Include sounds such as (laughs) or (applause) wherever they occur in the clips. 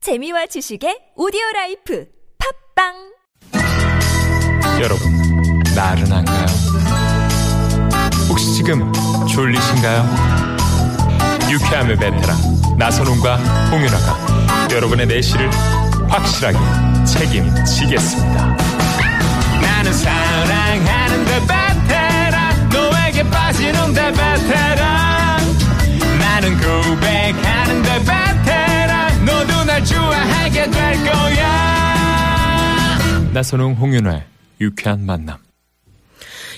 재미와 지식의 오디오 라이프 팝빵 여러분, 나른한가요? 혹시 지금 졸리신가요? 유쾌함의 베테랑 나선홍과 홍윤아가 여러분의 내실을 확실하게 책임지겠습니다. 나는 사랑하는데 그 베테랑 너에게 빠지는데 베테랑 나는 고백하는데 그 베테랑 너도 날 좋아하게 될 거야. 나선홍 홍윤아 유쾌한 만남.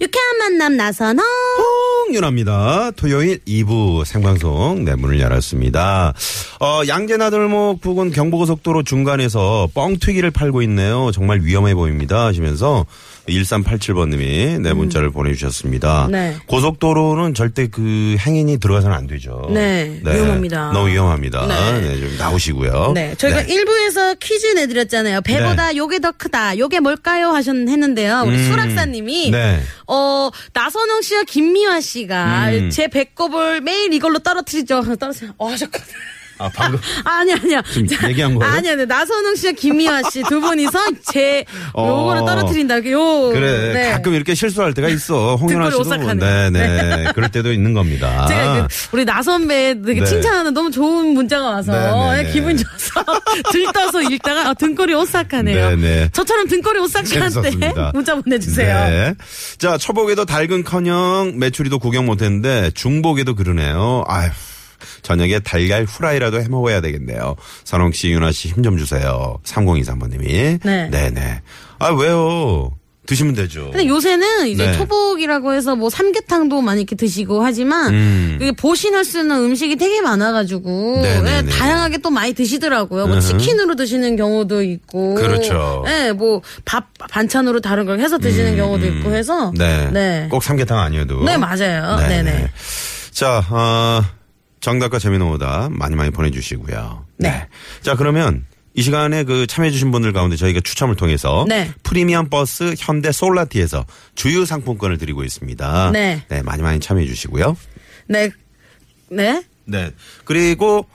유쾌한 만남 나선홍. 어? 윤합니다. 토요일 2부 생방송 네, 문을 열었습니다. 어, 양재나들목 부근 경부고속도로 중간에서 뻥튀기를 팔고 있네요. 정말 위험해 보입니다. 하시면서 1387번님이 네, 문자를 보내주셨습니다. 음. 네. 고속도로는 절대 그 행인이 들어가서는 안 되죠. 네, 위험합니다. 너무 위험합니다. 네. 좀 나오시고요. 네, 저희가 네. 일부에서 퀴즈 내드렸잖아요. 배보다 요게 더 크다. 요게 뭘까요? 하셨 했는데요. 우리 수락사님이 음. 네. 어 나선홍 씨와 김미화 씨가 음. 제 배꼽을 매일 이걸로 떨어뜨리죠. (laughs) 떨어뜨려. 어, 하셨거든. 아, 방금. (laughs) 아니 아니야. 지금 자, 얘기한 거예요? 아니 아니. 나선홍 씨와 김미화 씨 두 분이서 제 어. 요거를 떨어뜨린다. 이렇게 요. 그래 네. 가끔 이렇게 실수할 (laughs) 때가 있어 홍윤아 듣고를 씨도 오싹하네. 네네 (laughs) 그럴 때도 있는 겁니다. 제가 그 우리 나 선배 되게 아. 네. 칭찬하는 너무 좋은 문자가 와서 네, 네, 예, 네. 기분 좋아서 (laughs) 들떠서 읽다가 아, 등골이 오싹하네요. 네, 네. 저처럼 등골이 오싹한 때 재밌었습니다. (laughs) 문자 보내주세요. 네. 자, 초복에도 달근커녕 메추리도 구경 못했는데 중복에도 그러네요. 아휴. 저녁에 달걀 후라이라도 해 먹어야 되겠네요. 선홍 씨, 윤아 씨 힘 좀 주세요. 3023번님이. 네. 네네. 아, 왜요? 드시면 되죠. 근데 요새는 이제 네. 초복이라고 해서 뭐 삼계탕도 많이 이렇게 드시고 하지만 그게 보신할 수 있는 음식이 되게 많아가지고 음. 네, 네, 예, 네. 다양하게 또 많이 드시더라고요. 뭐 치킨으로 드시는 경우도 있고, 그렇죠. 음, 예, 뭐밥 반찬으로 다른 걸 해서 드시는 경우도 있고 해서 네. 네. 꼭 삼계탕 아니어도. 네, 맞아요. 네네. 자, 어, 정답과 재미는 오다 많이 많이 보내주시고요. 네. 자, 그러면 이 시간에 그 참여해주신 분들 가운데 저희가 추첨을 통해서 네. 프리미엄 버스 현대 솔라티에서 주유 상품권을 드리고 있습니다. 네. 많이 많이 참여해주시고요. 네, 네. 네. 그리고,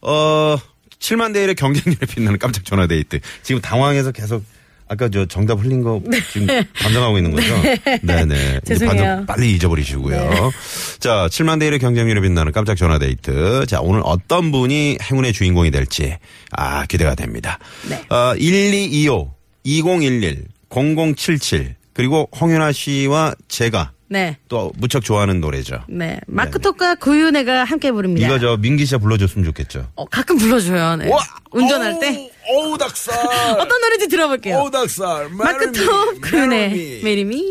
어, 7만 대 1의 경쟁률에 빛나는 깜짝 전화 데이트. 지금 당황해서 계속 아까 저 정답 흘린 거 지금 반성하고 있는 거죠? 네, 네. 이제 네. 죄송해요. 네. 반성 빨리 잊어버리시고요. 자, 7만 대 1의 경쟁률에 빛나는 깜짝 전화 데이트. 자, 오늘 어떤 분이 행운의 주인공이 될지 아, 기대가 됩니다. 네. 어, 1225 2011 0077 그리고 홍윤아 씨와 제가 네. 또 무척 좋아하는 노래죠. 네. 마크톡과 구윤혜가 함께 부릅니다. 이거 저 민기 씨가 불러줬으면 좋겠죠. 어, 가끔 불러줘요. 네. 와! 운전할 어우, 때. 어우 닭살. 어떤 노래인지 들어볼게요. 어우 닭살. Marry me, 마크톡 네. marry 구윤혜. me. 메리미.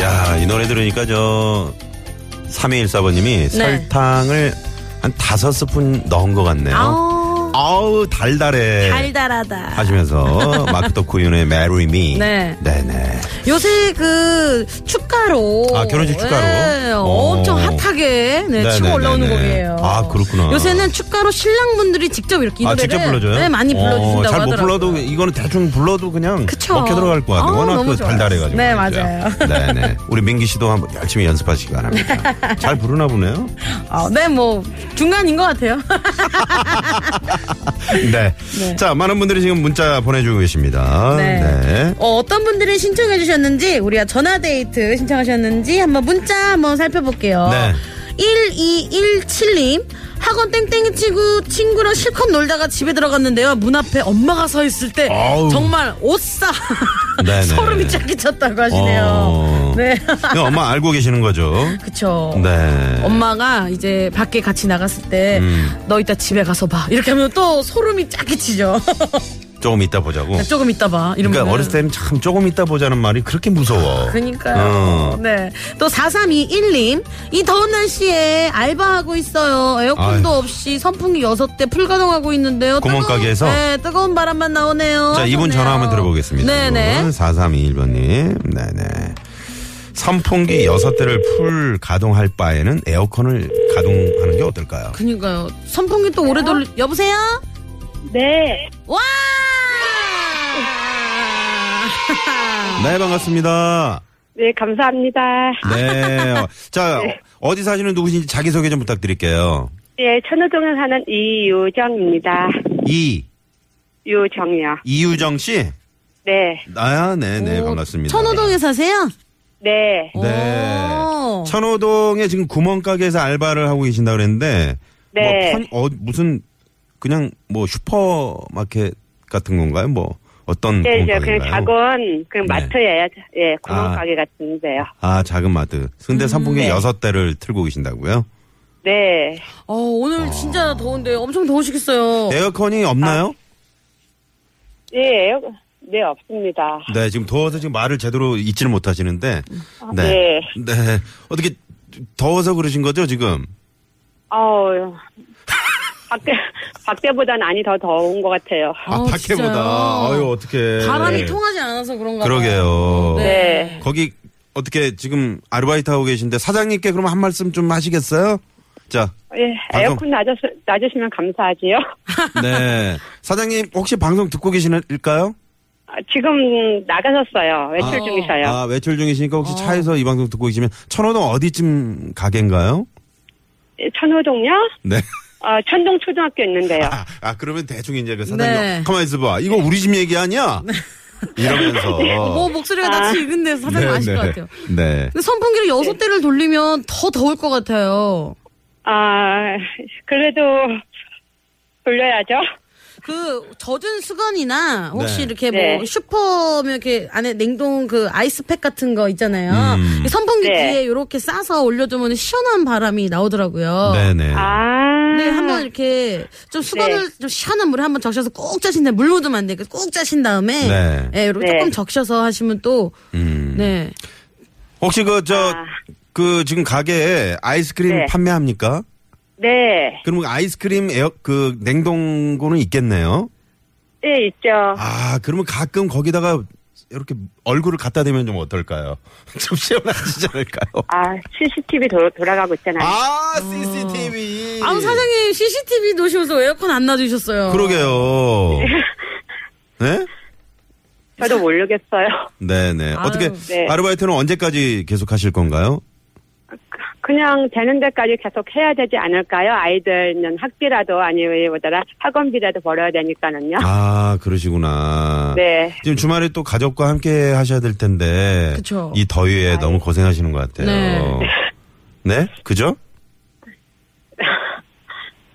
야, 이 노래 들으니까 저 네. 3214번님이 설탕을 한 다섯 스푼 넣은 것 같네요. 아우, 아우 달달해. 어, 달달하다. 아. 하시면서 마크토 쿠윤의 Marry Me. 네. 네네. 요새 그 축가로 아, 결혼식 축가로? 네, 오. 엄청 핫하게 네, 네, 치고 네, 올라오는 네, 네. 곡이에요. 아, 그렇구나. 요새는 축가로 신랑분들이 직접 이렇게 이 아 노래를 직접 불러줘요? 네, 많이 어, 불러주신다고 잘못 하더라고요. 불러도 이거는 대충 불러도 그냥 그쵸. 먹혀 들어갈 것 같아요. 어, 워낙 너무 그 좋아요. 달달해가지고. 네, 말이죠. 맞아요. 네네. 우리 민기 씨도 한번 열심히 연습하시기 바랍니다. (laughs) 잘 부르나 보네요. 아, 네, 뭐 중간인 것 같아요. 네. 자, 많은 분들이 지금 문자 보내주고 계십니다. 네. 네. 어, 어떤 분들은 신청해 주셨는지 우리가 전화 데이트 신청하셨는지 한번 문자 한번 살펴볼게요. 네. 1217님 학원 땡땡이 치고 친구랑 실컷 놀다가 집에 들어갔는데요. 문 앞에 엄마가 서 있을 때 아우. 정말 오싸 네네. (laughs) 소름이 쫙 끼쳤다고 하시네요. 어. 네. 이거 엄마 알고 계시는 거죠? (laughs) 그쵸. 네. 엄마가 이제 밖에 음. 같이 나갔을 때 너 이따 집에 가서 봐 이렇게 하면 또 소름이 쫙 끼치죠. (laughs) 조금 이따 보자고. 야, 조금 이따 봐. 네, 이러면. 그러니까 어렸을 때는 참 조금 이따 보자는 말이 그렇게 무서워. 아, 그니까요. 어. 네. 또 4321님. 이 더운 날씨에 알바하고 있어요. 에어컨도 아유. 없이 선풍기 6대 풀가동하고 있는데요. 구멍가게에서? 뜨거운, 네, 뜨거운 바람만 나오네요. 자, 이분 좋네요. 전화 한번 들어보겠습니다. 네네. 4321번님. 네네. 선풍기 여섯 대를 풀 가동할 바에는 에어컨을 가동하는 게 어떨까요? 그니까요. 선풍기 또 오래 돌리, 여보세요? 네. 와! 네, 반갑습니다. 네, 감사합니다. 네. 어, (laughs) 자, 어디 사시는 누구신지 자기소개 좀 부탁드릴게요. 예, 천호동에 사는 이유정입니다. 이, 유정이요. 이유정 씨? 네. 아, 네네, 오, 반갑습니다. 천호동에 사세요? 네. 네. 오. 천호동에 지금 구멍가게에서 알바를 하고 계신다 그랬는데 네. 뭐 편- 어, 무슨 그냥 뭐 슈퍼마켓 같은 건가요? 뭐 어떤 네, 저 구멍가게인가요? 그냥 작은 그 네. 마트예요. 예, 아. 구멍가게 같은데요. 아 작은 마트. 음, 근데 네. 선풍기 여섯 대를 틀고 계신다고요? 네. 어, 오늘 진짜 더운데 엄청 더우시겠어요. 에어컨이 없나요? 예, 네, 없습니다. 아. 네 지금 더워서 지금 말을 제대로 잊지를 못하시는데 네. 네. 네. 어떻게 더워서 그러신 거죠 지금? 어우. (laughs) 밖에, 밖에보단 안이 더 더운 것 같아요. 아, 아우, 밖에보다. 진짜요? 아유 어떻게? 바람이 통하지 않아서 그런가 봐요. 그러게요. 네. 거기 어떻게 지금 아르바이트 하고 계신데 사장님께 그럼 한 말씀 좀 하시겠어요? 자, 예, 아, 에어컨 놔주, 놔주시면 감사하지요. (laughs) 네. 사장님 혹시 방송 듣고 계시는일까요? 아, 지금 나가셨어요. 외출 아. 중이셔요. 아, 외출 중이시니까 어. 혹시 차에서 이 방송 듣고 계시면 천호동 어디쯤 가게인가요? 예, 천호동요? 네. 어, 천동 (laughs) 초등학교 있는데요. 아, 아, 그러면 대충 이제 그 사장님 네. 가만히 있어봐. 이거 우리 집 얘기 아니야? (laughs) 이러면서. 뭐 목소리가 낯이 익은데 사장님 아실 것 같아요. 어. 네. 근데 선풍기를 여섯 대를 돌리면 더 더울 것 같아요. 아, (laughs) 그래도 돌려야죠. 그 젖은 수건이나 혹시 네. 이렇게 네. 뭐 슈퍼면 이렇게 안에 냉동 그 아이스팩 같은 거 있잖아요. 음. 이 선풍기 네. 뒤에 이렇게 싸서 올려주면 시원한 바람이 나오더라고요. 네, 네. 아, 네, 한번 이렇게 좀 수건을 좀 시원한 물에 한번 적셔서 꼭 짜신 다음에 물 묻으면 안 되니까 꼭 짜신 다음에 네. 네. 이렇게 네. 조금 적셔서 하시면 또 음. 네. 혹시 그, 저, 아. 그 지금 가게에 아이스크림 네. 판매합니까? 네. 그러면 아이스크림 에어 그 냉동고는 있겠네요. 네, 있죠. 아 그러면 가끔 거기다가 이렇게 얼굴을 갖다 대면 좀 어떨까요? (laughs) 좀 시원하시지 않을까요? 아, CCTV 도, 돌아가고 있잖아요. 아 CCTV. 아우 사장님 CCTV 놓으시면서 에어컨 안 놔주셨어요. (laughs) 그러게요. 네? 저도 모르겠어요. 네네. 어떻게 네. 아르바이트는 언제까지 계속 하실 건가요? 그냥 되는 데까지 계속 해야 되지 않을까요? 아이들은 학비라도 아니면 뭐더라 학원비라도 벌어야 되니까는요. 아 그러시구나. 네. 지금 주말에 또 가족과 함께 하셔야 될 텐데 그쵸. 이 더위에 너무 고생하시는 것 같아요. 네. 네? 그죠?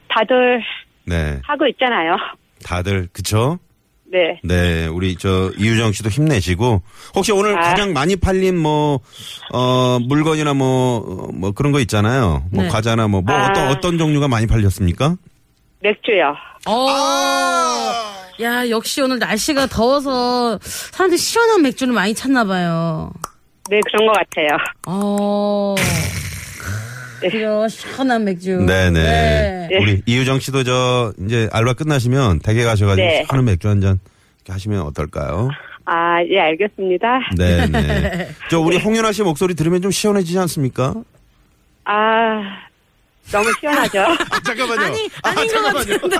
다들 네. 하고 있잖아요. 다들 그쵸? 네. 네, 우리 저 이유정 씨도 힘내시고 혹시 오늘 아. 가장 많이 팔린 뭐 어 물건이나 뭐 뭐 그런 거 있잖아요. 뭐 네. 과자나 뭐 뭐 아. 어떤 어떤 종류가 많이 팔렸습니까? 맥주요. 어. 아! 야 역시 오늘 날씨가 더워서 사람들이 시원한 맥주를 많이 찾나 봐요. 네, 그런 것 같아요. 어. 그래요 시원한 맥주. 네, 네. 음, 네. 우리 이유정 씨도 저 이제 알바 끝나시면 댁에 가셔 가지고 네. 하는 맥주 한 잔 이렇게 하시면 어떨까요? 아, 예, 알겠습니다. 네, 네. (laughs) 저 우리 홍윤아 씨 목소리 들으면 좀 시원해지지 않습니까? 아, 너무 시원하죠? 잠깐만요. 아니 아닌 것 같은데.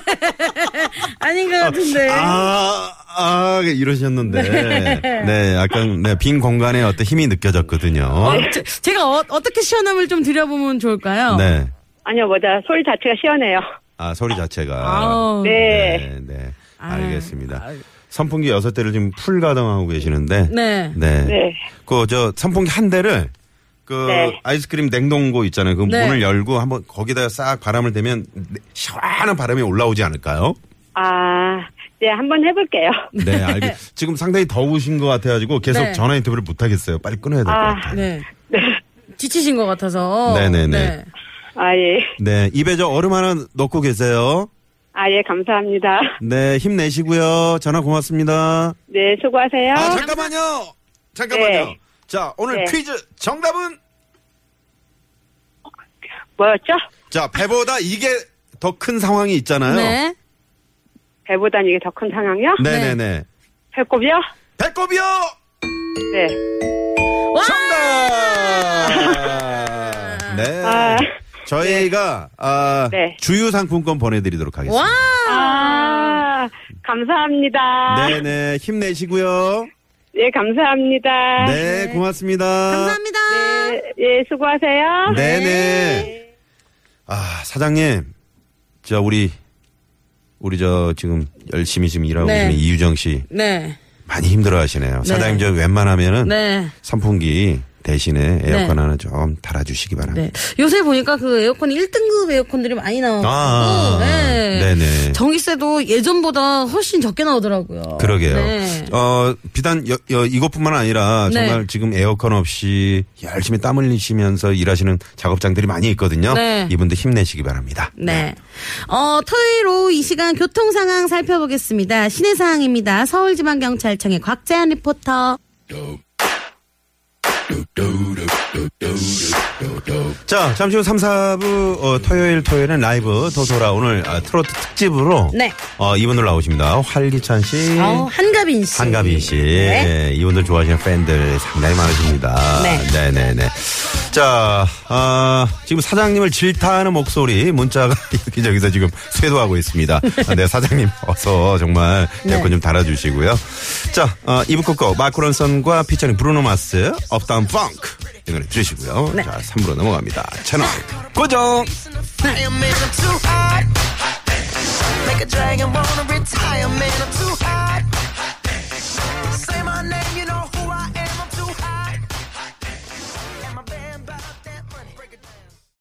아닌 것 같은데. 아, 아, 이러셨는데. 네. 약간, 네, 빈 공간에 어떤 힘이 느껴졌거든요. 제- 제가 어, 떻게 시원함을 좀 드려보면 좋을까요? 네. 아니요, 뭐다 소리 자체가 시원해요. 아, 소리 자체가. 아우. 아. 네. 네, 네. 알겠습니다. 선풍기 여섯 대를 지금 풀 가동하고 계시는데. 네. 네. 네. 그, 저, 선풍기 한 대를 그 네. 아이스크림 냉동고 있잖아요. 그 네. 문을 열고 한번 거기다가 싹 바람을 대면 시원한 바람이 올라오지 않을까요? 아, 네, 한번 해볼게요. 네, (laughs) 알겠. 지금 상당히 더우신 것 같아가지고 계속 네. 전화 인터뷰를 못 하겠어요. 빨리 끊어야 될 것 아. 같아요. 네. 지치신 것 같아서. 네, 네, 네. 아, 예. 네, 입에 저 얼음 하나 넣고 계세요. 아, 예, 감사합니다. 네, 힘내시고요. 전화 고맙습니다. 네, 수고하세요. 아, 잠깐만요. 잠깐만요. 네. 자, 오늘 네. 퀴즈 정답은 뭐였죠? 자, 배보다 이게 더 큰 상황이 있잖아요. 네. 배보단 이게 더 큰 상황이요? 네네네. 네. 배꼽이요? 배꼽이요! 네. 와! 정답! 네. 아. 저희가 아, 네. 주유 상품권 보내드리도록 하겠습니다. 와! 아, 감사합니다. 네네 힘내시고요. 예, 감사합니다. 네 고맙습니다. 감사합니다. 네, 예, 아, 수고하세요. 네. 네. 네네. 아 사장님, 저 우리 우리 저 지금 열심히 지금 일하고 네. 있는 이유정 씨 네. 많이 힘들어하시네요. 사장님 저 웬만하면은 네. 선풍기 대신에 에어컨 네. 하나 좀 달아주시기 바랍니다. 네. 요새 보니까 그 에어컨이 1등급 에어컨들이 많이 나와고 아, 네. 네네. 전기세도 예전보다 훨씬 적게 나오더라고요. 그러게요. 네. 어, 비단 여- 여- 이것뿐만 아니라 네. 정말 지금 에어컨 없이 열심히 땀 흘리시면서 일하시는 작업장들이 많이 있거든요. 네. 이분들 힘내시기 바랍니다. 네. 어, 토요일 오후 이 시간 교통 상황 살펴보겠습니다. 시내 상황입니다. 서울지방경찰청의 곽재현 리포터. 자, 잠시 후 3, 4부 어, 토요일 토요일은 라이브 도소라 오늘 아, 트로트 특집으로 네. 어, 이분들 나오십니다. 활기찬 씨. 어, 한가빈 씨. 한가빈 씨. 네. 예, 이분들 좋아하시는 팬들 상당히 많으십니다. 네. 네네 자, 아, 지금 사장님을 질타하는 목소리 문자가 (laughs) 여기저기서 지금 쇄도하고 있습니다. 아, 네, 사장님 어서 정말 네. 에어컨 좀 달아주시고요. 자, 어, 이브 코코 마크론선과 피처링 브루노 마스 업다운 펑크 이 노래 들으시고요. 네. 자, 3부로 넘어갑니다. 채널 고정! I am man, I'm too hot. Make a dragon wanna retire, man, I'm too hot. Say my name, you know.